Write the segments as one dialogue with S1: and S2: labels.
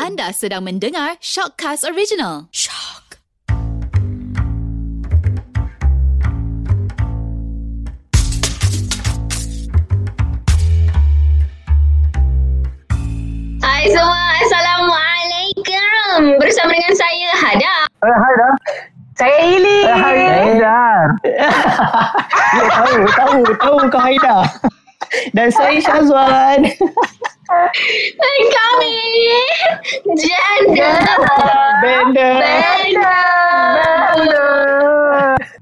S1: Anda sedang mendengar Shockcast Original.
S2: Hai semua, Assalamualaikum. Bersama dengan saya Hada.
S3: Eh, hai dah.
S4: Saya Ili.
S3: Eh, hai Haidar.
S4: Ya, tahu, tahu, tahu kau Haida. Dan saya Syazwan.
S2: Dan Eh, kami Janda
S4: Benda.
S2: Benda.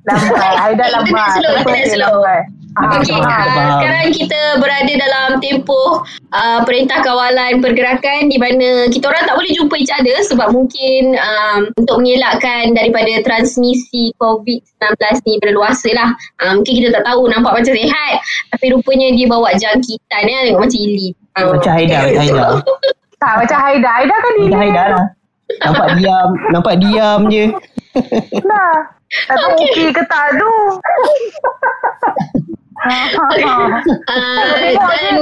S4: Lambat. Haida
S2: Kita
S4: Ah, lambat.
S2: Eh, slow,
S4: Tempoh
S2: kita
S4: dia
S2: slow.
S4: lambat. Ah,
S2: Okey,
S4: faham,
S2: ah,
S4: faham.
S2: sekarang kita berada dalam tempoh ah, Perintah Kawalan Pergerakan di mana kita orang tak boleh jumpa each other sebab mungkin um, untuk mengelakkan daripada transmisi COVID-19 ni berluasa lah. Ah, mungkin kita tak tahu nampak macam sehat tapi rupanya dia bawa jangkitan ya tengok macam Ili. Ah.
S4: Macam Haida, macam Haida.
S3: Tak, macam Haidar. Haidar kan
S4: Macam
S3: ini.
S4: Haida lah. Nampak diam, nampak diam je.
S3: Lah. Tak tahu okay. ke tak tu.
S2: Uh, dan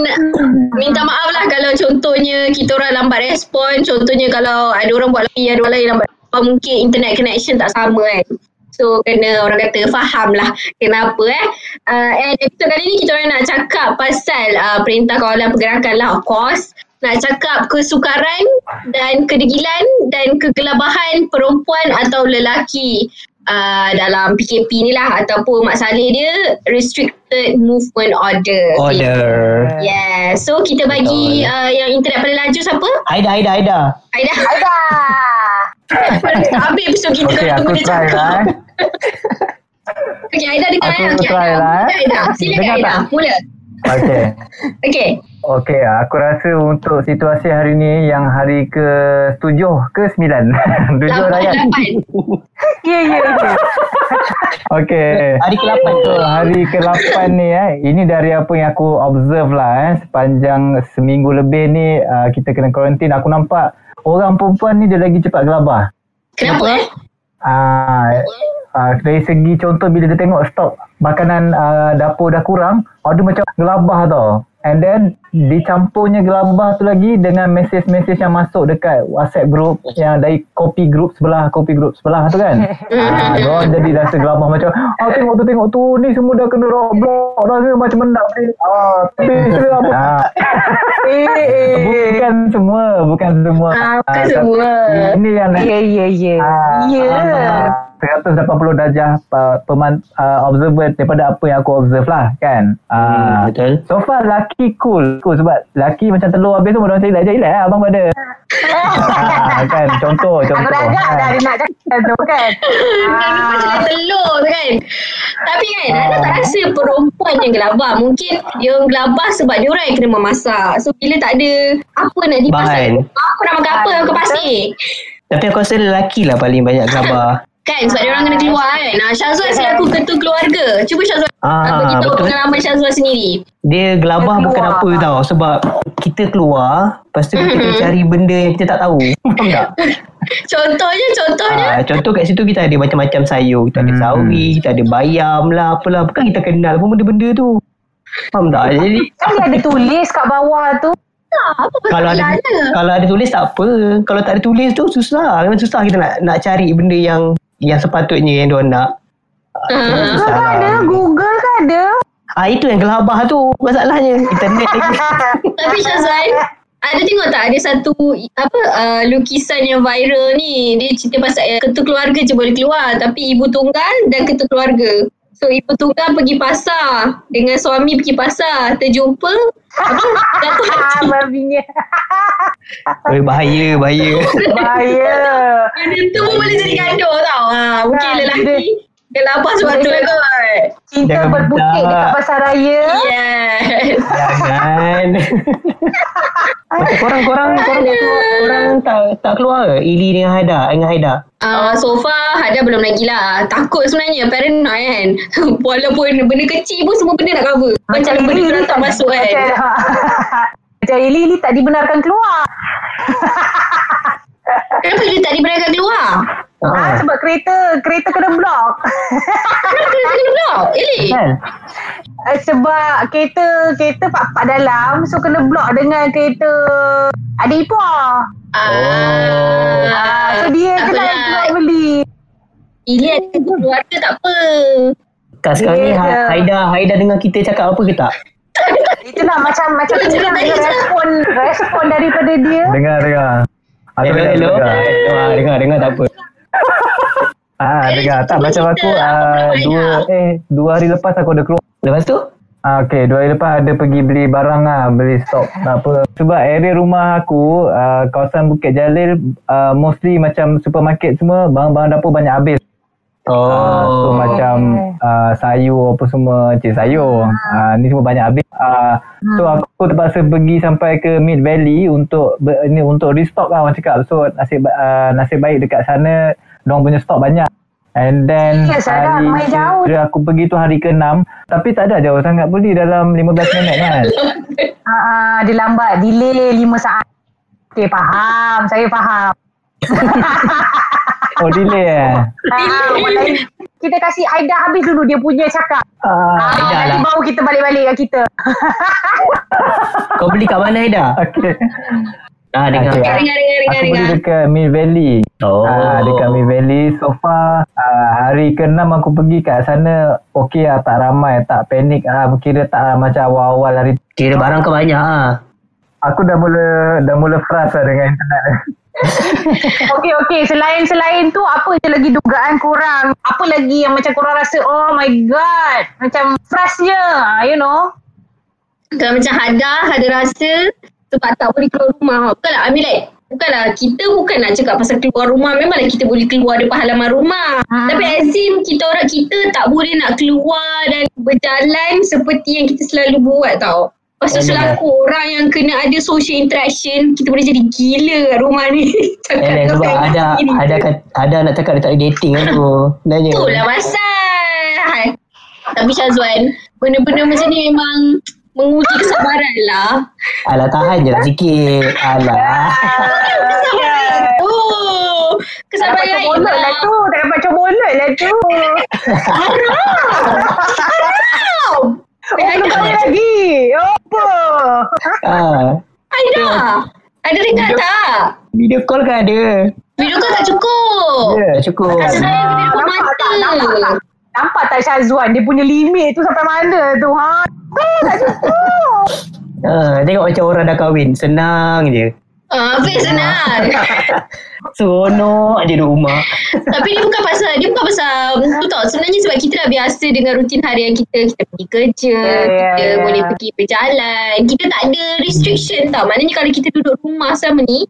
S2: minta maaf lah kalau contohnya kita orang lambat respon contohnya kalau ada orang buat lagi ada orang lain lambat respon mungkin internet connection tak sama kan so kena orang kata faham lah kenapa eh uh, and episode kali ni kita orang nak cakap pasal uh, perintah kawalan pergerakan lah of course nak cakap kesukaran dan kedegilan dan kegelabahan perempuan atau lelaki uh, dalam PKP ni lah ataupun Mak Saleh dia Restricted Movement Order.
S4: Order.
S2: Yeah, so kita bagi
S4: Betul.
S2: uh, yang internet paling laju siapa?
S4: Haida, Haida, Haida.
S2: Aida. Aida. tak habis episod kita kalau
S3: Okey, aku
S2: boleh
S3: try
S2: cakap.
S3: lah. eh.
S2: Okey, Aida dengar.
S3: Aku
S2: eh. Okey,
S3: try
S2: Aida.
S3: lah, eh.
S2: Mula, Aida. Silakan
S3: Dengar
S2: Aida.
S3: tak?
S2: Mula.
S3: Okey.
S2: Okey.
S3: Okey, aku rasa untuk situasi hari ni yang hari ke tujuh ke sembilan. tujuh
S2: Lapan,
S3: dah kan?
S2: lapan.
S3: Ya, ya, ya. Okey.
S4: Hari ke-8 tu.
S3: Betul, hari ke-8 ni eh. Ini dari apa yang aku observe lah eh. Sepanjang seminggu lebih ni uh, kita kena karantin. Aku nampak orang perempuan ni dia lagi cepat gelabah.
S2: Kenapa eh?
S3: Ah, uh, dari segi contoh bila dia tengok stok makanan uh, dapur dah kurang, order macam gelabah tau. And then dicampurnya gelabah tu lagi dengan mesej-mesej yang masuk dekat WhatsApp group yang dari kopi group sebelah, kopi group sebelah tu kan. Ah, uh, jadi rasa gelabah macam, ah tengok tu tengok tu, ni semua dah kena roadblock dah ke macam mendak ni. Ah, tapi sila apa? Ah.
S5: Eh,
S3: bukan semua, bukan semua.
S2: Ah, bukan
S3: Ah, tapi
S2: semua.
S3: Ini yang
S4: Ya, ya, ya.
S3: Ya. 180 darjah uh, peman, uh, observer daripada apa yang aku observe lah kan. Uh,
S4: Hmm, Betul.
S3: So far laki cool. cool sebab laki macam telur habis tu orang macam ilat-ilat lah abang kau ada. ah, kan contoh
S4: Aku
S3: contoh. Kan?
S4: dah agak dah dia nak cakap tu kan.
S2: Kan
S5: Ah,
S2: macam dia telur tu kan. Tapi kan,
S3: Ah.
S2: ada tak rasa perempuan yang gelabah? Mungkin dia orang gelabah sebab dia orang yang kena memasak. So, bila tak ada apa nak dipasak,
S4: Bahan.
S2: aku nak makan apa, aku pasir.
S4: Tapi aku rasa lelaki lah paling banyak gambar.
S2: Kan, sebab dia orang kena keluar kan. Nah, Syazwan saya aku ketua keluarga. Cuba Syazwan
S4: Ah,
S2: bagi tahu
S4: betul.
S2: pengalaman Syazwan sendiri.
S4: Dia gelabah bukan apa tau Sebab kita keluar Lepas tu kita kena cari benda yang kita tak tahu Faham tak?
S2: Contohnya, contohnya.
S4: Ah, contoh kat situ kita ada macam-macam sayur Kita ada
S3: Hmm.
S4: sawi, kita ada bayam lah Apalah, bukan kita kenal pun benda-benda tu Faham tak? Jadi
S5: Kan dia ada tulis kat bawah tu.
S2: Ah, apa ya. pasal
S4: kalau ada
S2: ada.
S4: kalau ada tulis tak apa Kalau tak ada tulis tu susah Memang susah kita nak nak cari benda yang Yang sepatutnya yang diorang nak Ah, memang susah
S5: Kan
S4: lah.
S5: ada,
S3: Ah.
S5: Google kan ada.
S4: Ah itu yang gelabah tu masalahnya. Internet lagi.
S5: Ah,
S2: Tapi Syazwan, ada tengok tak ada satu apa uh, lukisan yang viral ni dia cerita pasal eh, ketua keluarga je boleh keluar tapi ibu tunggal dan ketua keluarga. So ibu tunggal pergi pasar dengan suami pergi pasar terjumpa apa jatuh
S5: Ah,
S2: hati.
S5: babinya.
S4: Oi, Eh, bahaya, bahaya.
S5: Bahaya.
S2: Benda tu pun boleh jadi gaduh tau. Ha, mungkin
S5: Tak,
S2: lelaki gelabah sebab tu lah kot.
S5: Cinta
S4: Jangan
S5: berbukit
S4: minta.
S5: dekat pasaraya.
S2: Yes.
S4: Jangan. Macam korang korang korang tak keluar, korang tak tak keluar ke? Ili dengan Haida, dengan Haida.
S2: Uh,
S5: Ah.
S2: so far Hada belum lagi lah Takut sebenarnya Paranoid kan Walaupun benda kecil pun Semua benda nak cover
S5: Ah,
S2: Macam benda tu tak masuk kan
S5: Macam, macam Ili ni tak dibenarkan keluar.
S2: Kenapa dia tak dibenarkan keluar?
S4: Ha.
S5: Ah, sebab kereta kereta kena blok.
S2: Kenapa dia kena blok? Eli
S4: Kan?
S5: Eh, Ah, sebab kereta kereta pak-pak dalam so kena blok dengan kereta Adik ipar.
S2: Ah,
S5: Ah, so dia
S2: tak
S5: je lah yang
S2: apalah.
S5: keluar beli.
S2: Ili ada keluarga tak apa.
S4: Kak sekarang ni
S5: Dia
S4: Ha-
S5: je.
S4: Haida Haida dengar kita cakap apa ke tak?
S5: Itulah macam macam
S2: Macam
S5: tu lah
S2: tadi je.
S5: respon respon daripada dia.
S3: Dengar, dengar. Aku
S4: Hello,
S3: dengar,
S4: hello.
S3: dengar.
S4: Ah, dengar, dengar tak apa.
S3: Ah, dengar. Tak,
S2: Cuba
S3: macam
S2: cerita
S3: aku
S2: apa
S3: ah,
S2: pula
S3: dua,
S2: Haida?
S3: eh, dua hari lepas aku ada keluar.
S4: Lepas tu?
S3: Ah, okay, dua hari lepas ada pergi beli barang lah, beli stok tak apa. Sebab area rumah aku, uh, kawasan Bukit Jalil, uh, mostly macam supermarket semua, barang-barang dapur banyak habis.
S4: Oh.
S3: Ah, so macam uh, sayur apa semua, cik sayur. Ah, ni semua banyak habis. Ah, so aku terpaksa pergi sampai ke Mid Valley untuk ber, ni untuk restock lah orang cakap. So nasib ba- ah, nasib baik dekat sana Diorang punya stok banyak. And then
S5: Ya, Sarah, main jauh.
S3: ke- aku pergi tu hari ke-6 tapi tak ada jauh sangat beli dalam 15 minit kan.
S5: Ah, ah, dia lambat, delay 5 saat. Okey, faham. Saya faham.
S3: Oh delay eh.
S5: Ah, orang lain. kita kasih Aida habis dulu dia punya cakap.
S4: Ah,
S5: Ah,
S4: Haida
S5: nanti
S4: lah.
S5: baru kita balik-balik kat kita.
S4: Kau beli kat mana Haida?
S3: Okey.
S4: Ah, dengar.
S3: Okay.
S5: Ya.
S2: Dengar, dengar, dengar,
S3: Aku beli
S2: dengar.
S3: dekat Mid Valley.
S4: Oh.
S3: Ah, dekat Mi Valley so far ah, hari ke-6 aku pergi kat sana okey lah tak ramai tak panik ah kira tak lah, macam awal-awal hari tu.
S4: Kira barang kau banyak ah.
S3: aku dah mula dah mula frust lah dengan internet
S5: Okey okey selain selain tu apa je lagi dugaan kurang? Apa lagi yang macam kurang rasa oh my god macam freshnya you know?
S2: Kalau macam Hada, Hada rasa sebab tak boleh keluar rumah. Bukanlah, I mean like, bukanlah kita bukan nak cakap pasal keluar rumah. Memanglah kita boleh keluar depan halaman rumah.
S5: Hmm.
S2: Tapi as in kita orang, kita tak boleh nak keluar dan berjalan seperti yang kita selalu buat tau. Lepas tu
S4: Alah.
S2: selaku orang yang kena ada social interaction, kita boleh jadi gila kat rumah ni. Cakap
S4: Eh,
S2: kau
S4: sebab
S2: saya
S4: ada
S2: sendiri.
S4: ada kat- ada nak cakap dia tak ada dating kan tu. Nanya.
S2: Itulah pasal. lah, Tapi Syazwan, benda-benda macam ni memang menguji kesabaran lah.
S4: Alah tahan je lah sikit. Alah.
S2: Kesabaran tu.
S5: Tak
S2: Kesabaran
S5: Ya. dapat
S2: lain lah.
S5: cobolot lah tu, tak dapat cobolot lah tu.
S2: Wow.
S5: Oh, belum kahwin lagi. Ya Apa?
S4: Ah.
S2: Aida. Ada dengar
S5: Ya.
S2: tak?
S4: Video call kan ada.
S2: Video kau tak cukup.
S4: Ya, cukup.
S2: Saya kena
S5: Ah,
S2: mata.
S5: nampak tak? Nampak tak? Nampak tak Syazwan? Dia punya limit tu sampai mana tu? Ha? Eh, tak cukup.
S4: Ha, tengok macam orang dah kahwin. Senang je.
S2: Ah, Hafiz senang.
S4: Seronok je duduk rumah.
S2: Tapi dia bukan pasal dia bukan pasal tu tau. Sebenarnya sebab kita dah biasa dengan rutin harian kita, kita pergi kerja,
S5: Ya, ya,
S2: kita
S5: ya.
S2: boleh pergi berjalan. Kita tak ada restriction tau. Maknanya kalau kita duduk rumah selama ni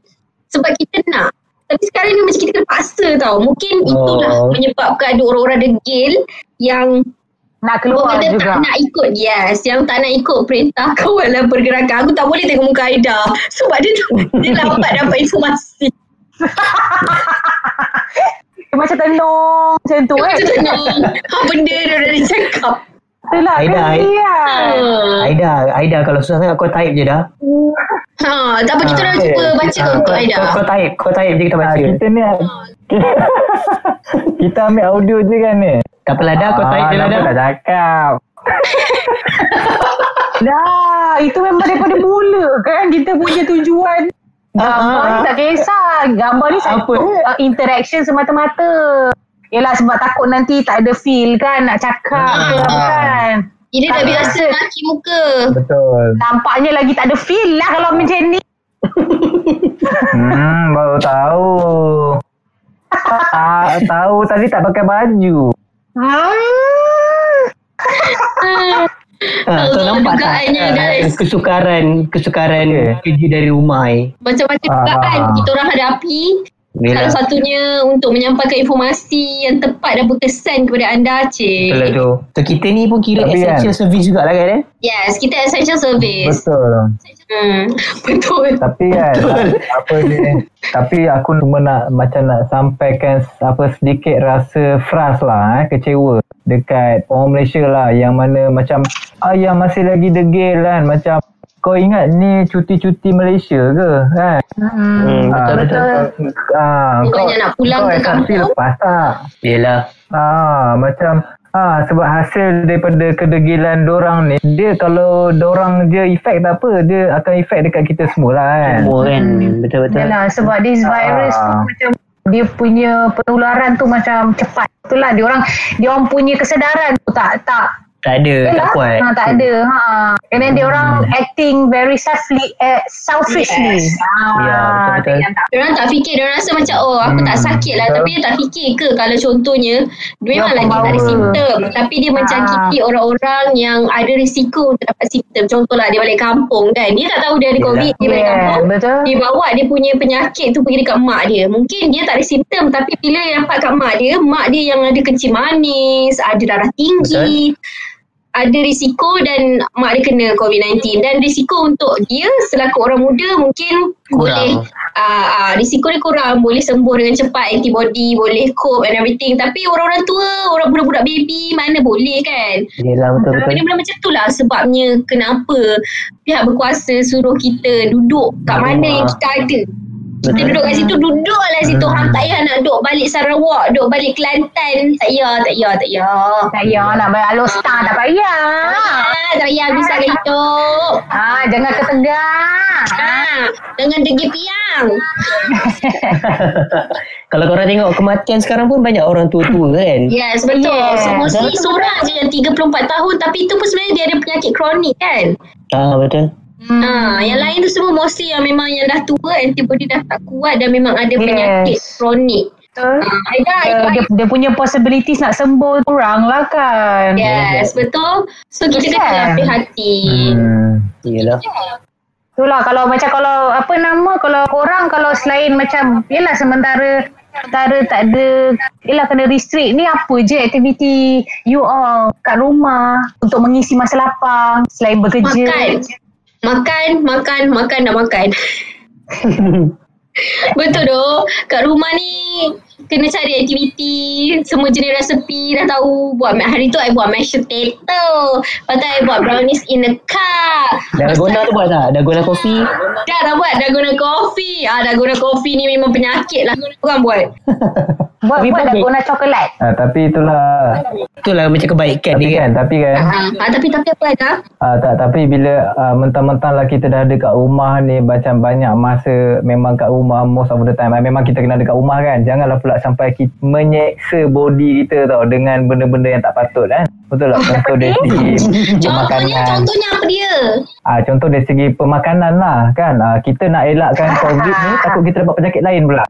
S2: sebab kita nak. Tapi sekarang ni macam kita kena paksa tau. Mungkin itulah
S4: Oh.
S2: menyebabkan ada orang-orang degil yang
S5: Nak keluar
S2: orang kata
S5: juga.
S2: tak nak ikut. Yes, yang tak nak ikut perintah kau dalam pergerakan. Aku tak boleh tengok muka Aida sebab dia dia lambat dapat informasi.
S5: Dia macam tenung macam tu
S2: Kau
S5: eh.
S2: macam tengok apa Ha, benda dia dah cakap.
S5: Itulah
S4: Aida,
S5: crazy lah.
S2: Ha,
S4: Aida, Aida kalau susah sangat kau type je dah.
S2: tak apa kita
S4: Ah,
S2: orang
S3: okey.
S2: cuba baca
S4: Ah,
S2: untuk
S4: kau,
S2: Aida.
S4: Kau, kau type, kau type je kita
S3: ah,
S4: baca.
S3: kita ni kita ambil audio je kan ni
S4: Tak apalah dah,
S3: Ah,
S4: kau type je lah
S3: kenapa
S4: dah.
S3: tak cakap
S5: Dah, itu memang daripada mula kan kita punya tujuan. Gambar
S4: Ah,
S5: ni
S4: ah,
S5: tak kisah. Gambar ni satu
S4: Apa?
S5: uh, interaction semata-mata. Yelah sebab takut nanti tak ada feel kan nak cakap ke
S4: Ah.
S5: apa kan.
S2: Ida dah
S5: Ah.
S2: biasa maki muka.
S3: betul
S5: Nampaknya lagi tak ada feel lah kalau macam ni.
S3: hmm baru tahu tak tahu tadi tak pakai baju
S5: Hmm.
S4: Ha, kau
S2: Allah,
S4: nampak tak?
S2: dugaannya,
S4: Ah,
S2: guys.
S4: kesukaran, kesukaran
S3: Okey.
S4: kerja dari rumah eh.
S2: Macam-macam
S3: Ah.
S2: dugaan kita orang hadapi.
S4: Bila
S2: Salah satunya untuk menyampaikan informasi yang tepat dan berkesan kepada anda,
S4: Betul lah,
S2: cik.
S4: tu. So kita ni pun kira
S3: Tapi kan-
S4: essential service jugalah kan eh.
S2: Yes, kita essential service.
S3: betul
S2: Hmm, betul.
S3: Tapi kan apa ni tapi aku cuma nak macam nak sampaikan apa sedikit rasa frust lah eh, kecewa dekat orang Malaysia lah yang mana macam ah yang masih lagi degil kan macam kau ingat ni cuti-cuti Malaysia ke kan Ah,
S4: Hmm, betul betul.
S3: ah,
S2: Bukannya nak pulang
S3: kau
S2: ke
S3: SRC
S2: kampung.
S3: lepas tak
S4: Yalah.
S3: ah macam Ha, sebab hasil daripada kedegilan dorang ni, dia kalau dorang je effect tak apa, dia akan effect dekat kita semua lah kan.
S6: Semua kan
S4: Hmm.
S6: Betul-betul
S5: Yalah Hmm. sebab this
S4: Ha.
S5: virus tu
S3: Ah.
S5: macam dia punya penularan tu macam cepat. Itulah dia orang dia orang punya kesedaran tu tak tak
S6: Tak ada Tak
S5: Yalah,
S6: kuat
S5: Ha, tak ada. Ha. And then dia orang acting very selfishly. Eh, selfishly.
S2: Yes.
S5: Ha,
S4: Ya, betul-betul.
S5: tu yang tak-
S2: Diorang tak fikir, diorang rasa macam oh aku tak sakit lah
S3: betul.
S2: tapi dia tak fikir ke kalau contohnya dia memang lagi tak ada
S5: pembawa.
S2: simptom tapi dia mencakiti orang-orang yang ada risiko untuk dapat simptom. Contohlah dia balik kampung kan. Dia tak tahu dia ada
S4: Yelah.
S2: COVID, dia balik
S5: Yeah,
S2: kampung.
S5: betul.
S2: Dia bawa dia punya penyakit tu pergi dekat mak dia. Mungkin dia tak ada simptom tapi bila dia dapat kat mak dia, mak dia yang ada kencing manis, ada darah tinggi, ada risiko dan mak dia kena COVID-19 dan risiko untuk dia selaku orang muda mungkin kurang. boleh uh, uh, risiko dia kurang boleh sembuh dengan cepat antibody boleh cope and everything tapi orang-orang tua orang budak-budak baby mana boleh kan
S6: Yelah betul-betul
S2: benda-benda macam tu lah sebabnya kenapa pihak berkuasa suruh kita duduk kat mana yang kita ada kita duduk kat situ duduk lah situ hang tak payah nak duduk balik Sarawak duduk balik Kelantan tak payah tak payah tak payah
S5: Tak payah nak bayar Alostar tak payah.
S2: Ah, tak payah bisa ke hidup.
S5: Ah, jangan ke Tegang.
S2: Ah, dengan degi piang.
S6: Kalau korang tengok kematian sekarang pun Banyak orang tua-tua kan
S2: Yes, betul.
S5: Yes.
S2: So, mostly seorang je yang 34 tahun tapi itu pun sebenarnya dia ada penyakit kronik kan.
S6: Ah Betul
S2: Hmm. Ah, yang lain tu semua mostly yang memang yang dah tua antibody dah tak kuat dan memang ada
S5: Yes.
S2: penyakit kronik.
S5: Betul.
S2: Ah, Aida,
S5: Dia, dia, dia punya possibilities nak sembuh kurang lah kan.
S2: Yes, betul. So kita
S5: Kesian.
S2: kena hati-hati.
S3: Hmm.
S6: Yelah
S5: Itulah kalau macam kalau apa nama kalau korang kalau selain macam yalah sementara sementara tak ada yalah kena restrict ni apa je aktiviti you all kat rumah untuk mengisi masa lapang selain bekerja.
S2: Makan. Makan, makan, makan dan makan. Betul doh. Kat rumah ni kena cari aktiviti, semua jenis resepi dah tahu. Buat hari tu I buat mashed potato. Lepas tu I buat brownies in a cup.
S6: Dalgona tu buat tak? Dalgona kopi
S2: Dah dah buat dah guna kopi. Ah dah guna kopi ni memang penyakit lah orang buat.
S5: Buat
S6: Tapi
S5: buat dah
S6: bagus.
S5: guna coklat.
S3: Ha, tapi itulah
S6: Itulah macam kebaikan
S3: tapi
S6: dia kan
S3: kan tapi kan
S2: Ah, ah tapi tapi apa ada?
S3: Ah tak tapi bila ah, mentang-mentang lah kita dah ada kat rumah ni macam banyak masa memang kat rumah most of the time Ah, memang kita kena ada kat rumah kan janganlah pula sampai kita menyeksa body kita tau dengan benda-benda yang tak patut kan betul tak contoh dari segi
S2: Contohnya
S3: pemakanan
S2: contohnya apa dia?
S3: ah contoh dari segi pemakanan lah kan ah, kita nak elakkan covid ni takut kita dapat penyakit lain pula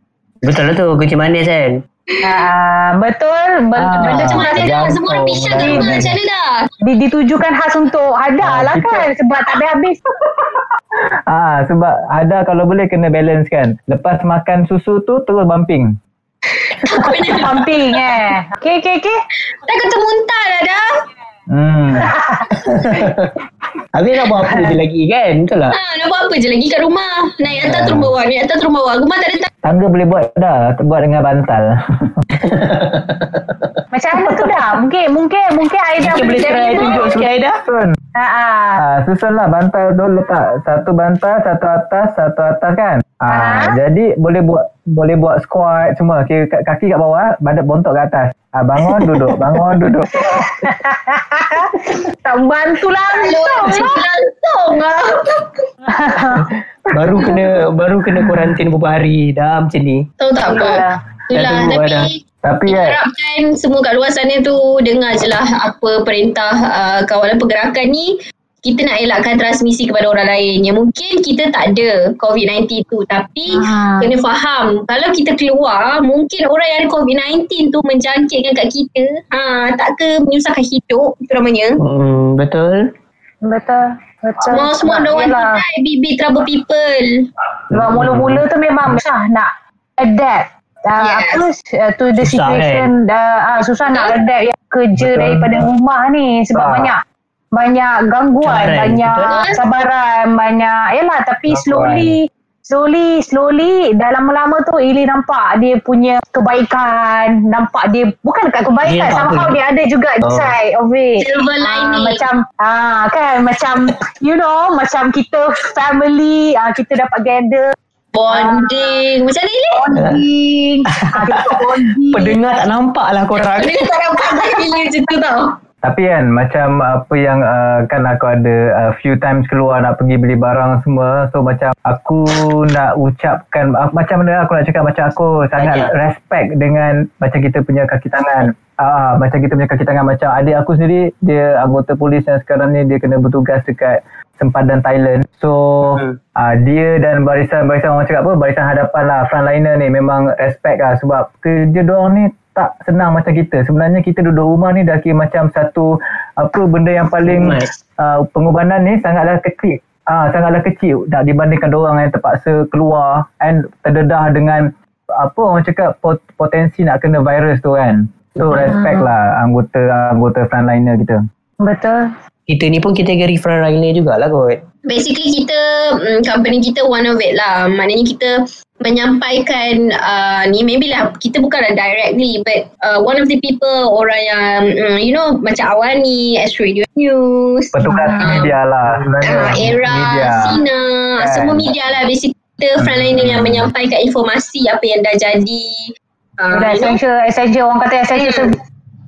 S6: Betul lah tu Kucing manis kan
S5: Ah, betul. Ber-
S3: Ah.
S5: benda
S2: Macam
S5: macam
S2: mana dah
S3: jantung,
S2: semua orang pisah
S6: lah.
S2: kat rumah
S3: jantung.
S2: macam mana dah?
S5: di- ditujukan khas untuk
S3: Ah,
S5: ada lah
S3: kita-
S5: kan sebab tak habis-habis.
S3: ah sebab ada kalau boleh kena balance kan lepas makan susu tu terus bumping
S5: Pumping eh. Okay, okay, okay.
S2: Takut termuntah dah dah.
S3: hmm
S6: Habis nak buat apa dia lagi kan Betul lah
S2: Ha, nak buat apa je lagi kat rumah?
S6: Ah.
S2: Naik atas turun bawah, naik atas turun bawah. Rumah tak ada tak.
S3: tangga boleh buat dah buat dengan bantal
S5: Macam mana tu dah? Mungkin mungkin mungkin Aida
S6: Kita boleh try tunjuk sikit Aida
S3: Susun.
S5: Ha ah.
S3: Ah, susun lah bantal tu letak satu bantal, satu atas, satu atas kan. Ah,
S5: Ah.
S3: jadi boleh buat boleh buat squat semua. Kaki, kaki kat bawah, badan bontok kat atas. Ah, bangun duduk, bangun duduk.
S5: Tak bantu lah. langsung.
S2: Langsung lah.
S6: Baru kena Baru kena kuarantin beberapa hari Dah macam ni
S2: Tahu tak apa?
S5: Yalah.
S2: Itulah
S6: Dah tunggu dah.
S2: tapi
S3: Tapi
S5: Ya.
S3: kan,
S2: harapkan semua kat luar sana tu dengar je lah apa perintah uh, kawalan pergerakan ni kita nak elakkan transmisi kepada orang lain yang mungkin kita tak ada COVID-19 tu tapi
S5: Ah.
S2: kena faham kalau kita keluar mungkin orang yang ada COVID-19 tu menjangkitkan kat kita ha, tak ke menyusahkan hidup itu namanya
S6: hmm, Betul
S5: Betul. Betul.
S2: semua semua
S5: Sebab
S2: don't want to die
S5: yelah,
S2: be, be trouble people
S5: Sebab mula-mula tu memang susah nak adapt. Uh,
S2: Yes.
S5: apa uh, to the
S6: Susah,
S5: situation uh, uh, susah nak adapt yang
S3: Betul.
S5: kerja daripada rumah ni sebab
S3: Ah.
S5: banyak banyak gangguan
S6: Cabaran,
S5: banyak
S2: betul.
S5: cabaran banyak yalah tapi
S3: Gangguan.
S5: slowly slowly slowly dah lama-lama tu Ili nampak dia punya kebaikan nampak dia bukan dekat kebaikan
S6: Dia nampak
S5: somehow
S6: apa?
S5: dia ada juga
S3: Oh.
S5: side of it
S2: Silver
S5: Ah,
S2: lining.
S5: macam ah kan macam you know macam kita family ah kita dapat gather
S2: Bonding. Macam mana ni? lah.
S5: Bonding. Ah, tengok bonding.
S4: Pendengar tak nampak lah korang.
S2: Benda tak dapat dah gila macam tu tau.
S3: Tapi kan macam apa yang uh, kan aku ada uh, few times keluar nak pergi beli barang semua so macam aku nak ucapkan uh, macam mana aku nak cakap macam aku sangat
S6: Banyak.
S3: respect dengan macam kita punya kaki tangan Ah, ah, macam kita punya kaki tangan macam adik aku sendiri dia anggota polis yang sekarang ni dia kena bertugas dekat sempadan Thailand so
S4: Hmm.
S3: ah, dia dan barisan barisan orang cakap apa barisan hadapan lah frontliner ni memang respect lah sebab kerja diorang ni tak senang macam kita sebenarnya kita duduk rumah ni dah kira macam satu apa benda yang paling
S6: Right.
S3: uh, pengorbanan ni sangatlah kecil ah sangatlah kecil nak dibandingkan orang yang terpaksa keluar and terdedah dengan apa orang cakap pot- potensi nak kena virus tu kan so
S2: Ah.
S3: respect lah anggota anggota frontliner kita
S5: Betul.
S6: Kita ni pun kita kategori frontliner jugalah kot.
S2: Basically kita, mm, company kita one of it lah. Maknanya kita menyampaikan uh, ni maybe lah kita bukanlah directly but uh, one of the people orang yang mm, you know macam Awani, Astro Radio News,
S3: petugas
S2: Ah.
S3: media lah sebenarnya
S2: uh, Era,
S3: media
S2: Sina,
S3: Kan. Hmm.
S2: semua media lah basically kita frontliner yang menyampaikan informasi apa yang dah jadi. Uh, you
S5: Dah
S2: know,
S5: essential, essential. Orang kata essential
S2: Hmm.
S5: service.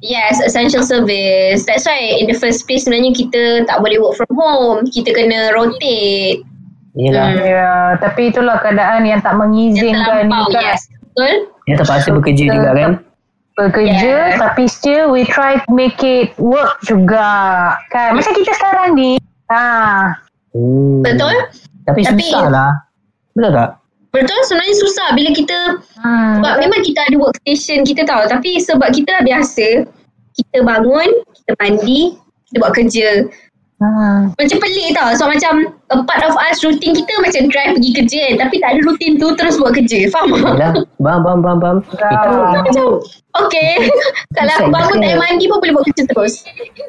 S2: Yes, essential service. That's why in the first place sebenarnya kita tak boleh work from home. Kita kena rotate.
S6: Yelah.
S2: Hmm.
S5: Ya, tapi itulah keadaan yang tak
S2: Yang
S5: mengizinkan
S2: terlampau,
S5: kita
S2: yes. Betul?
S6: Dia terpaksa bekerja
S5: Betul.
S6: juga kan.
S5: bekerja
S2: Yeah.
S5: tapi still we try to make it work juga. Kan macam kita sekarang ni. Ha,
S6: Hmm.
S2: Betul?
S6: Tapi,
S2: Tapi-
S6: susah lah. Betul tak?
S2: Betul sebenarnya susah bila kita
S5: Hmm.
S2: sebab memang kita ada workstation kita tahu tapi sebab kita dah biasa kita bangun, kita mandi, kita buat kerja.
S5: Hmm.
S2: Macam pelik tau. So macam a part of us routine kita macam drive pergi kerja kan. Tapi tak ada rutin tu terus buat kerja. Faham tak?
S6: Yelah. Bam, bam, bam, bam. Itu,
S5: Ah.
S2: Macam okay. Kalau aku bangun tak payah mandi pun boleh buat kerja terus.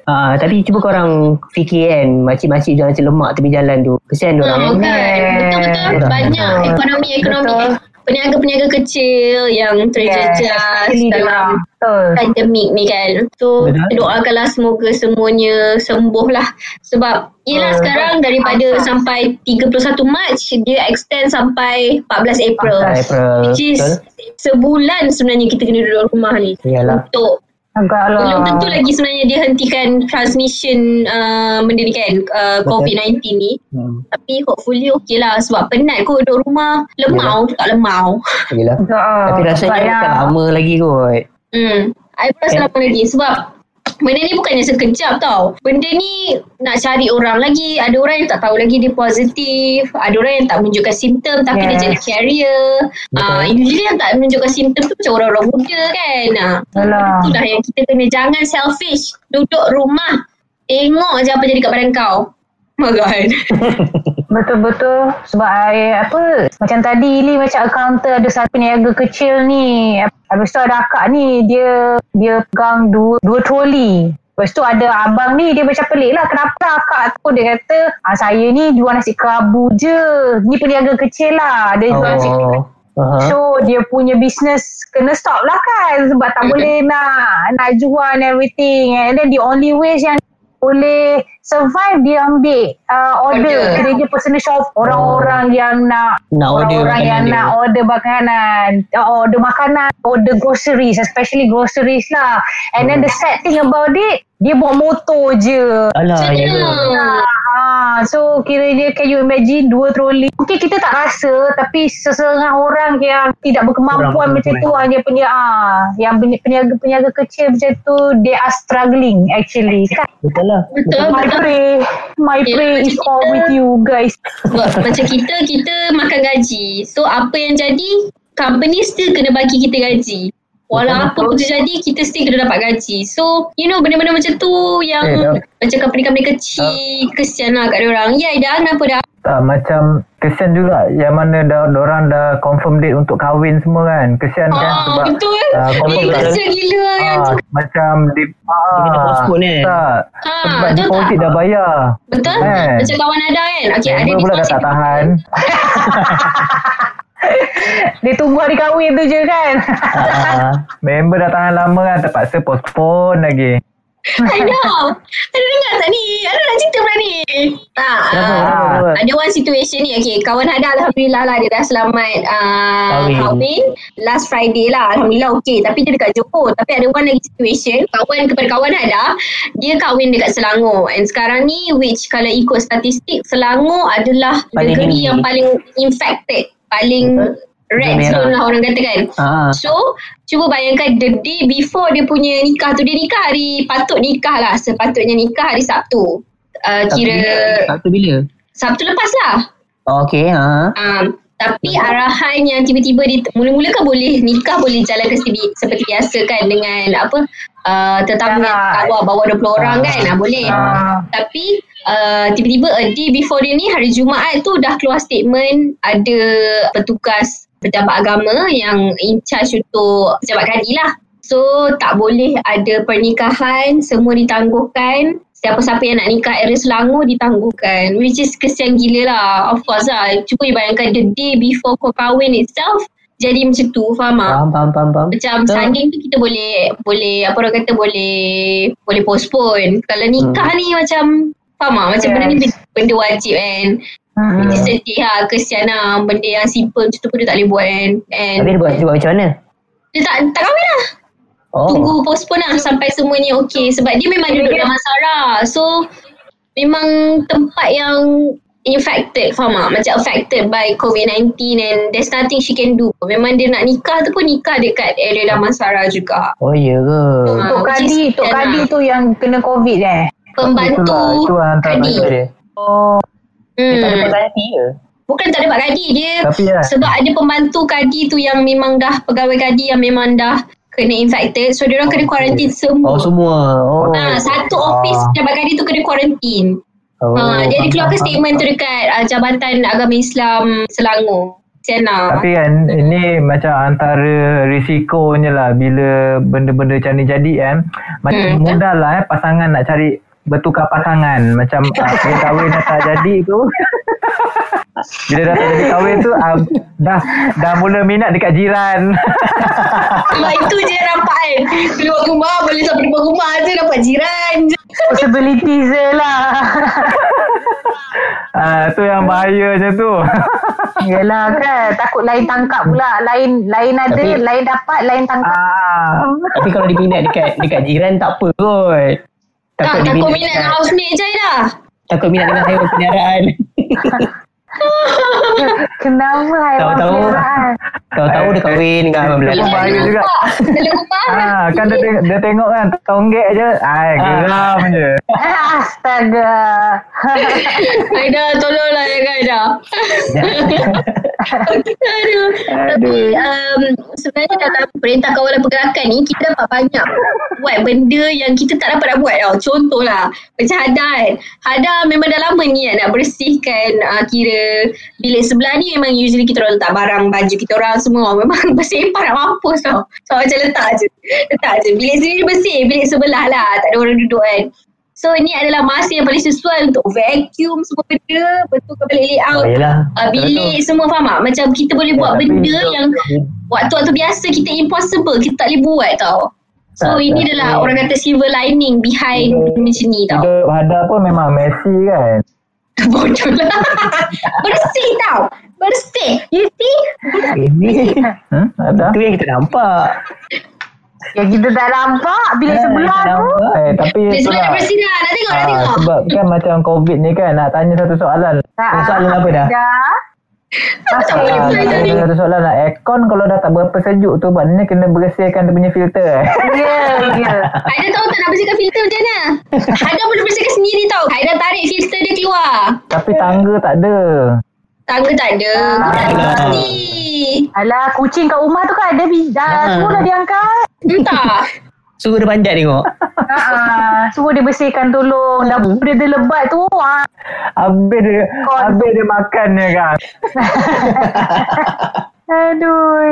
S6: ah, tapi cuba korang fikir kan. Makcik-makcik jualan nasi lemak tepi jalan tu. Kesian diorang kan.
S2: Hmm, kan. Betul-betul
S6: Betul.
S2: banyak ekonomi-ekonomi
S5: Betul.
S2: peniaga-peniaga kecil yang terjejas
S5: Especially
S2: dalam
S6: lah.
S5: dalam betul.
S2: pandemik ni kan. So
S6: Betul.
S2: doakanlah semoga semuanya sembuh lah. Sebab yelah
S6: Ah,
S5: Hmm.
S2: sekarang daripada sampai 31 Mac dia extend sampai 14 April.
S6: Sampai April,
S2: Which is
S6: betul.
S2: sebulan sebenarnya kita kena duduk rumah ni.
S6: Yalah.
S2: Untuk
S6: Ah.
S5: Agaklah.
S2: belum tentu lagi sebenarnya dia hentikan transmission uh, benda ni kan uh,
S6: Betul.
S2: COVID-19 ni.
S6: Hmm.
S2: Tapi hopefully okey lah sebab penat kot duduk rumah. Lemau tu tak lemau.
S6: Yelah.
S5: Agaklah.
S6: Tapi rasanya
S5: Sebab yang-
S6: tak lama lagi kot.
S2: Hmm. I pun rasa lama lagi sebab benda ni bukannya sekejap tau. Benda ni nak cari orang lagi. Ada orang yang tak tahu lagi dia positif. Ada orang yang tak menunjukkan simptom tapi yes. dia
S5: Yes.
S2: jadi carrier. Ah, uh, usually yang tak menunjukkan simptom tu macam orang-orang muda kan. Ah,
S5: Alah.
S2: itulah yang kita kena jangan selfish. Duduk rumah. Tengok je apa jadi kat badan kau. Oh my god.
S5: Betul-betul sebab I, apa macam tadi ni macam accountant ada satu peniaga kecil ni habis tu ada akak ni dia dia pegang dua dua troli Lepas tu ada abang ni dia macam pelik lah kenapa lah akak tu dia kata ah, saya ni jual nasi kerabu je ni peniaga kecil lah dia jual nasi kerabu
S6: Oh. Aha.
S5: So dia punya business kena stop lah kan sebab tak boleh nak nak jual and everything and then the only ways yang boleh survive dia ambil uh, order
S2: Order.
S5: dia je personal shop orang-orang yang nak
S6: Nak order
S5: orang-orang yang
S6: makanan
S5: nak
S6: dia.
S5: order makanan uh, order makanan order groceries especially groceries lah and
S6: Hmm.
S5: then the sad thing about it dia bawa motor je
S6: Alah, yelah.
S2: Hmm.
S5: Ah, so kiranya can you imagine dua troli mungkin kita tak rasa tapi sesengah orang yang tidak berkemampuan
S6: Orang
S5: macam tu
S6: berkemampuan.
S5: hanya punya ah yang peni- peniaga-peniaga kecil macam tu they are struggling actually kan
S6: Betul lah.
S2: Betul
S5: my
S2: betul.
S5: pray my
S2: Yeah,
S5: pray is
S2: macam
S5: all
S2: kita-
S5: with you guys
S2: Sebab macam kita, kita makan gaji. So apa yang jadi, company still kena bagi kita gaji. Walau apa pun jadi, kita still kena dapat gaji. So, you know, benda-benda macam tu yang
S3: Eh, Ya. dah.
S2: macam company-company kecil, kesian lah kat orang. Ya, dah kenapa dah?
S3: tak Ah, macam kesian juga yang mana dah orang dah confirm date untuk kahwin semua kan kesian kan
S2: Ah,
S3: sebab
S2: betul.
S3: ah,
S2: Eh,
S3: confirm
S2: kesian gila kan? yang
S3: Ah,
S2: tu.
S3: macam di
S6: kena postpone, kan?
S3: tak
S2: Ah,
S3: sebab
S2: betul
S3: deposit
S2: tak?
S3: dah bayar
S2: Betul?
S3: Kan?
S2: Macam kawan ada kan? Okay, ada
S3: member pula dah tak tahan
S5: dia tunggu hari kahwin tu je kan
S6: Ah, ah.
S3: member dah tahan lama kan terpaksa postpone lagi
S2: I know. Ada dengar tak ni? Ada nak cerita pula ni? Tak.
S6: Kenapa?
S2: ah,
S6: Kenapa? Kenapa?
S2: Ada one situation ni. Okay, kawan Hada Alhamdulillah lah dia dah selamat uh,
S6: Kahwin.
S2: kahwin. Last Friday lah. Alhamdulillah okay. Tapi dia dekat Johor. Tapi ada one lagi situation. Kawan kepada kawan Hada, dia kahwin dekat Selangor. And sekarang ni which kalau ikut statistik, Selangor adalah
S6: Paling
S2: negeri
S6: tinggi.
S2: yang paling infected. Paling red
S6: Merah.
S2: zone lah orang kata kan.
S6: Ah.
S2: So cuba bayangkan the day before dia punya nikah tu dia nikah hari patut nikah lah sepatutnya nikah hari Sabtu. Uh, kira
S6: Sabtu bila?
S2: Sabtu lepas lah.
S6: Oh, okay. Ha.
S2: Um, tapi arahan yang tiba-tiba dia mula-mula kan boleh nikah boleh jalan ke seperti, seperti biasa kan dengan apa uh, tetamu yang
S5: Jarak.
S2: bawa bawa 20 orang kan ah, boleh.
S5: Ah.
S2: Tapi uh, tiba-tiba a day before dia ni hari Jumaat tu dah keluar statement ada petugas pejabat agama yang in charge untuk pejabat kadi lah. So tak boleh ada pernikahan, semua ditangguhkan. Siapa-siapa yang nak nikah area Selangor ditangguhkan. Which is kesian gila lah. Of course lah. Cuba you bayangkan the day before kau kahwin itself jadi macam tu faham tak?
S6: Faham, faham, faham, faham.
S2: Macam
S6: Betul.
S2: sanding tu kita boleh boleh apa orang kata boleh boleh postpone. Kalau
S6: Hmm.
S2: nikah ni macam faham tak? Macam benda ni benda- benda wajib kan.
S5: Hmm.
S2: Dia sedih lah, kesian lah. Benda yang simple macam tu pun dia tak boleh buat kan. And
S6: Tapi dia buat, dia buat macam mana?
S2: dia tak, tak kahwin lah.
S6: Oh.
S2: Tunggu postpone lah sampai semuanya okey. Sebab dia memang duduk dalam masalah. So memang tempat yang infected faham tak? Macam affected by COVID-19 and there's nothing she can do. Memang dia nak nikah tu pun nikah dekat area Damansara juga.
S6: Oh, iya ke?
S2: Ah,
S5: Tok
S2: which is
S5: Kadi, Tok
S2: kesian
S5: Kadi
S2: lah.
S5: tu yang kena COVID eh.
S2: pembantu
S3: Itulah, itu antara
S2: Kadi.
S3: masalah dia.
S5: Oh,
S6: Dia tak
S2: Hmm.
S6: dapat ganti ke?
S2: Bukan tak dapat Kadi dia
S3: Tapi kan,
S2: sebab ada pembantu Kadi tu yang memang dah pegawai Kadi yang memang dah kena infected so dia orang kena kuarantin
S6: Oh,
S2: semua.
S6: semua.
S3: Ah,
S6: Oh.
S2: Ha, satu office pejabat Kadi tu kena kuarantin.
S6: Oh.
S2: Ha, dia ada keluarkan statement tu dekat uh, Jabatan Agama Islam Selangor. lah. Siana.
S3: tapi kan ini macam antara risikonya lah bila benda-benda macam ni jadi kan. Macam
S2: Hmm.
S3: mudah lah eh, pasangan nak cari bertukar pasangan. Macam ah, bila kahwin dah tak jadi tu. bila dah tak jadi kahwin tu ah, dah dah mula minat dekat jiran.
S2: Sebab Ah, itu je nampak kan. Keluar rumah boleh sampai depan rumah je dapat jiran je.
S5: possibilities je lah.
S3: ah, tu yang bahayanya tu.
S5: Yelah kan, takut lain tangkap pula. Lain lain ada,
S6: Tapi-
S5: lain dapat, lain tangkap.
S3: ah.
S6: Tapi kalau diminat dekat dekat jiran tak apa kot.
S2: Ah, Tak, takut
S6: diminat
S2: minat
S4: kan?
S6: dengan-
S2: nak housemate je lah.
S6: Takut minat dengan haiwan peliharaan.
S5: Kenapa haiwan
S6: Tahu-tahu.
S5: peliharaan?
S6: Tahu-tahu dia kahwin dengan haiwan
S3: Itu
S6: peliharaan.
S3: bahaya
S2: Jangan
S3: juga.
S2: nampak. Dalam rumah.
S3: Ah, kan dia, tengok, dia tengok kan tonggek je. Ai, geram je.
S5: Ah, Astaga.
S2: Aida tolonglah ya Kak Aida. Aduh. Tapi um, sebenarnya dalam perintah kawalan pergerakan ni kita dapat banyak buat benda yang kita tak dapat nak buat tau. Contohlah macam Hada kan. Hada memang dah lama ni kan nak bersihkan uh, kira bilik sebelah ni memang usually kita orang letak barang baju kita orang semua memang bersepah nak mampus tau. So macam letak je. Letak je. Bilik sendiri bersih. Bilik sebelah lah. Tak ada orang duduk kan. So ini adalah masa yang paling sesuai untuk vacuum semua benda, betulkan balik layout,
S6: Oh,
S3: Ah,
S6: yelah.
S2: uh, bilik semua faham tak? Macam kita boleh buat
S3: Ya, tapi
S2: benda
S3: itu-
S2: yang waktu-waktu biasa kita impossible, kita tak boleh buat tau. So
S6: Tak,
S2: ini
S6: tak.
S2: adalah orang kata silver lining behind benda macam ni tau.
S3: Hidup Hada pun memang messy kan.
S2: Bodoh lah. Bersih tau. Bersih. You see?
S6: Ini
S3: Hmm? Ada?
S6: itu yang kita nampak.
S5: Yang Ya, kita tak nampak bila sebelah
S6: Kita
S5: tu.
S6: nampak.
S3: Eh, tapi
S2: Dia
S3: itulah.
S2: sebelah nak bersih dah. Nak tengok, nak
S3: Ah,
S2: tengok.
S3: sebab kan macam COVID ni kan nak tanya satu soalan.
S5: Ah,
S6: Soalan apa dah?
S5: Dah.
S2: Tak
S3: Ah,
S2: boleh
S3: nak
S2: apply tadi.
S3: tanya satu soalan lah. Aircon kalau dah tak berapa sejuk tu maknanya kena bersihkan dia punya filter eh.
S5: Ya, ya.
S2: Haida tahu tak nak bersihkan filter macam mana? Haida boleh bersihkan sendiri tau. Haida tarik filter dia keluar.
S3: tapi tangga tak ada.
S2: Tangga tak ada. Kau tak ada
S6: Ah.
S2: mesti.
S5: Alah, kucing kat rumah tu kan ada bi-
S6: Ah.
S5: dah, semua dah diangkat.
S2: Entah.
S6: Suruh dia panjat tengok.
S5: Ha ah, semua dia bersihkan tolong.
S6: Hmm.
S5: Dapur dia terlebat tu. Ah,
S3: Habis dia,
S5: Kon.
S3: habis dia makan je kan.
S5: aduh.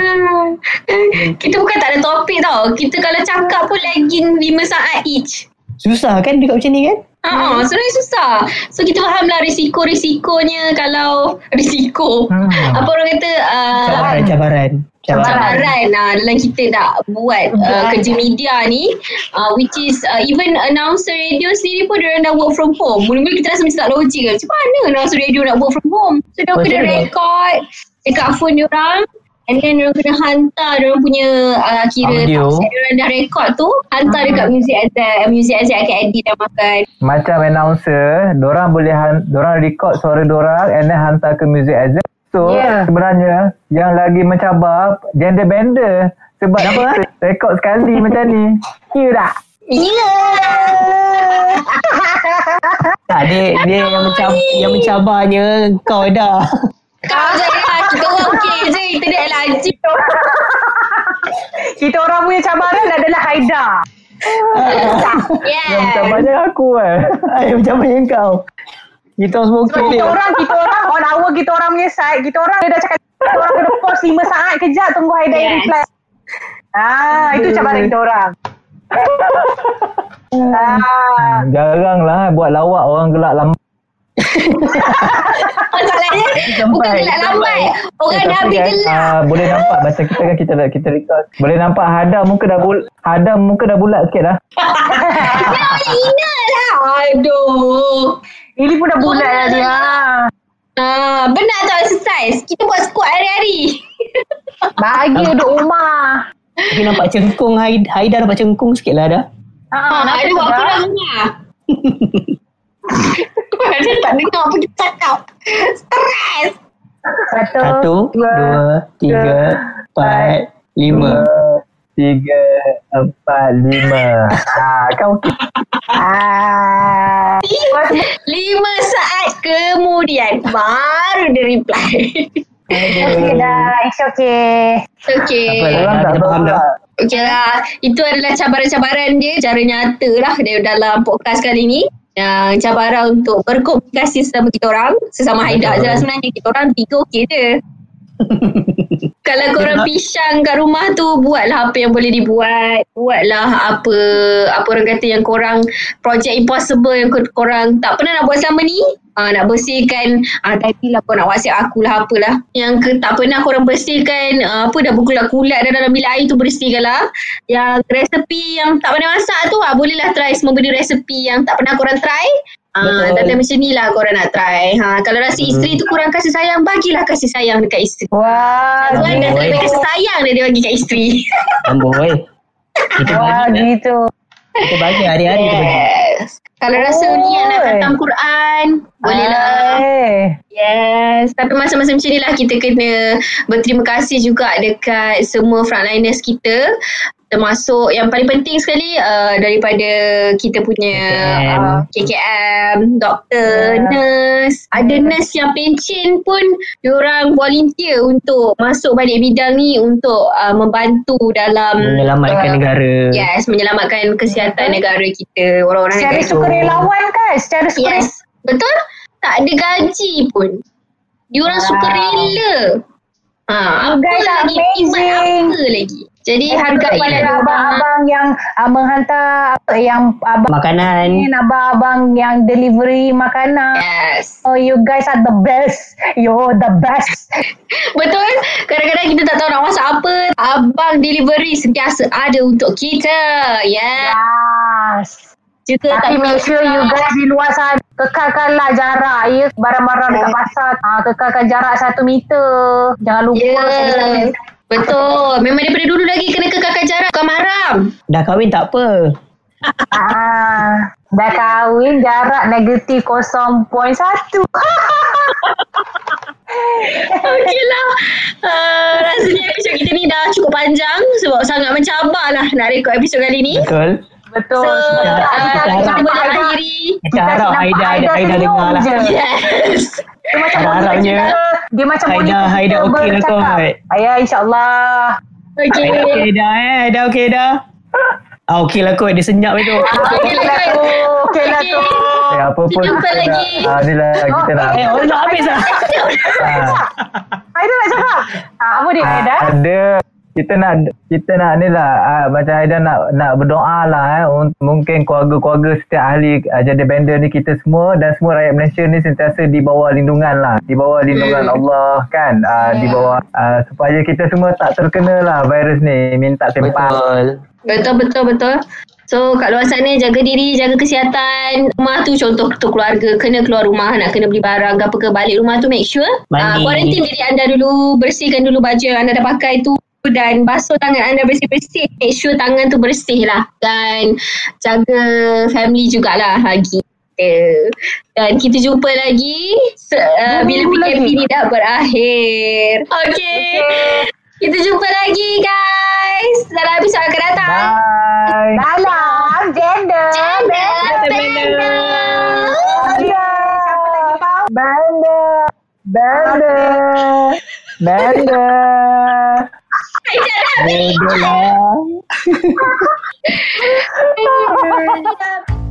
S2: Ah. Kita bukan tak ada topik tau. Kita kalau cakap pun lagging 5 saat each.
S6: Susah kan dekat macam ni kan?
S2: Ha, sebenarnya susah. So kita fahamlah risiko-risikonya kalau risiko.
S3: Hmm.
S2: Apa orang kata uh,
S6: Cabaran-cabaran.
S4: Cabaran.
S2: cabaran uh, dalam kita nak buat uh, kerja media ni uh, which is uh, even announcer radio sendiri pun diorang dah work from home mula-mula kita rasa macam tak logik kan macam mana announcer radio nak work from home so diorang
S6: Betul.
S2: kena record dekat phone diorang and then diorang kena hantar diorang punya uh, kira
S4: Audio.
S2: tafsir diorang dah record tu hantar dekat Music Azad Music Azad akan edit dan makan
S3: Macam announcer, dorang boleh han, dorang record suara dorang and then hantar ke music azab. So
S5: Yeah.
S3: yeah. sebenarnya yang lagi mencabar gender bender sebab kita rekod sekali macam ni. Ya tak?
S2: yeah
S4: Tak, dia, dia yang, mencab, yang mencabarnya kau dah.
S2: kau je lah kita orang okey je internet laju
S5: Kita orang punya cabaran adalah Haida.
S3: Yang
S2: yeah
S3: mencabarnya aku eh.
S4: Yang mencabarnya kau. Kita semua
S5: Sebab
S4: okey.
S5: kita orang, kita orang on hour kita orang punya side, kita orang dia dah cakap kita orang kena post 5 saat kejap tunggu Haida yes.
S2: Yes.
S5: reply. Ah, itu cabaran kita orang. ah,
S3: Jarang lah buat lawak orang gelak lambat.
S2: Masalahnya bukan gelap lambat. Orang dah habis gelap.
S3: Uh, boleh nampak macam kita kan kita dah- kita record. Boleh nampak Hada muka dah bul Hada muka dah bulat sikit lah.
S2: Kenapa hina lah? Aduh.
S5: Ili pun dah bulat dah dia.
S2: Ah, benar tak exercise? Kita buat squat hari-hari.
S5: Bahagia duduk rumah.
S4: Tapi nampak cengkung Haida, Haida nampak cengkung sikit lah dah.
S5: Ah,
S2: Ah, ada buat apa dah rumah? Ada tak dengar apa kita cakap. Stres.
S5: Satu,
S4: Satu, dua, tiga, empat, lima.
S3: Tiga, empat, lima. Ah, kau okey.
S5: Ah.
S2: Lima saat kemudian baru dia reply.
S5: Okay dah, it's okay.
S2: okay.
S4: Apa
S3: Orang
S4: Dah,
S3: tak
S4: kita faham
S3: tahu
S4: dah.
S3: lah.
S2: Okey lah. Itu adalah cabaran-cabaran dia secara nyata lah dia dalam podcast kali ni. Yang cabaran untuk berkomunikasi sesama kita orang. Sesama Haida je lah sebenarnya. Kita orang tiga okey je. Kalau korang pisang kat rumah tu buatlah apa yang boleh dibuat. Buatlah apa apa orang kata yang korang project impossible yang kor- korang tak pernah nak buat selama ni. Ah, nak bersihkan ah, tadi lah kau nak whatsapp aku lah apalah. Yang ke, tak pernah korang bersihkan ah, apa dah berkulat-kulat dah dalam bilik air tu bersihkan lah. Yang resepi yang tak pernah masak tu ah, bolehlah try semua benda resepi yang tak pernah korang try. Ah,
S4: Betul.
S2: tapi macam ni lah korang nak try. Ha, kalau rasa isteri tu kurang kasih sayang, bagilah kasih sayang dekat isteri.
S5: Wah,
S2: Tuan dah tak ada kasih sayang dia, dia bagi kat isteri.
S4: Kan Amboi. Kita
S5: wah
S4: bagi,
S5: gitu.
S4: kita bagi hari-hari kita bagi. Oh, kan?
S2: Yes. Kalau rasa ni nak
S5: Oi.
S2: khatam Quran,
S4: Ah.
S2: bolehlah.
S5: Ah, Eh.
S2: Yes. Tapi masa-masa macam ni lah kita kena berterima kasih juga dekat semua frontliners kita. Termasuk yang paling penting sekali uh, daripada kita punya
S4: KKM.
S2: uh, KKM, doktor,
S5: Yeah.
S2: nurse. Ada nurse yang pencen pun diorang volunteer untuk masuk balik bidang ni untuk uh, membantu dalam
S4: Hmm.
S2: uh,
S4: Menyelamatkan negara.
S2: Yes, menyelamatkan kesihatan negara kita, orang-orang
S5: Secara
S2: negara.
S5: sukarelawan kan? Secara sukarelawan.
S2: Yes, betul? Tak ada gaji pun. Diorang
S5: Wow.
S2: suka rela. Ha, apa
S5: Guys are
S2: lagi? Iman
S5: amazing.
S2: apa lagi? Jadi
S5: Hargai
S2: hargailah
S5: kepada
S2: diorang.
S5: abang-abang yang uh, menghantar apa, yang abang
S4: Makanan.
S5: abang-abang yang delivery makanan.
S2: Yes.
S5: Oh, you guys are the best. You're the best.
S2: Betul? Kadang-kadang kita tak tahu nak masak apa. Abang delivery sentiasa ada untuk kita. Yeah.
S5: Yes.
S2: Juga
S5: Tapi
S2: tak lah.
S5: make sure you guys di luar sana kekalkanlah jarak ya barang-barang dekat pasar ha, kekalkan jarak satu meter jangan lupa
S2: Yeah. Betul. Memang daripada dulu lagi kena kekalkan jarak. Bukan haram.
S4: Dah kahwin tak apa.
S5: Ah, dah kahwin jarak negatif 0.1
S2: Okeylah. Uh, rasanya episod kita ni dah cukup panjang sebab sangat mencabar lah nak rekod episod kali ni.
S4: Betul.
S2: So, uh,
S5: betul Oh, Kita-
S2: kita boleh
S5: kita- kita-
S2: akhiri.
S4: Kita
S5: Kita
S4: harap
S5: nampak
S4: Haida ada
S5: Haida
S4: Haida
S5: senyum
S4: dengar lah.
S5: je.
S2: Yes.
S5: Dia macam
S4: Ada
S5: monitor
S4: harapnya.
S5: kita. Dia macam monitor
S4: Haida-
S5: kita
S4: Haida okey lah kau,
S5: bercakap.
S4: Haid.
S5: Ya, insyaAllah.
S2: Okey.
S4: Haida okey dah eh. Haida okey dah. Ah okey lah kot. Dia senyap itu.
S2: Okey lah
S5: tu.
S2: kan.
S5: Okey lah tu.
S3: Eh, apa pun
S2: Jumpa
S3: kita nak-
S2: lagi.
S3: Ah, ni lah kita nak.
S4: Eh, orang nak habis lah.
S3: ah,
S5: Haida nak cakap. Ah, apa dia,
S3: ah,
S5: Haida?
S3: ada kita nak kita nak ni lah uh, macam Haida nak nak berdoa lah eh, un- mungkin keluarga-keluarga setiap ahli uh, jadi bender ni kita semua dan semua rakyat Malaysia ni sentiasa di bawah lindungan lah di bawah lindungan Allah kan uh, di bawah uh, supaya kita semua tak terkena lah virus ni minta sempang
S6: Betul.
S2: Betul betul betul. So kat luar sana jaga diri, jaga kesihatan. Rumah tu contoh tu keluarga kena keluar rumah nak kena beli barang ke apa ke balik rumah tu make sure ah
S6: Mandi.
S2: kuarantin diri anda dulu, bersihkan dulu baju yang anda dah pakai tu dan basuh tangan anda bersih-bersih. Make sure tangan tu bersih lah dan jaga family jugalah lagi. Eh, Dan kita jumpa lagi se- uh, bila
S5: Dua minggu
S2: PKP
S5: lagi.
S2: ni dah berakhir. Okay. Kita jumpa lagi guys dalam episod akan datang.
S3: bye
S5: Dalam gender.
S2: Bye.
S5: Siapa lagi faham?
S3: bender bender bender
S2: Bye.
S3: bodoh lah
S2: Bye.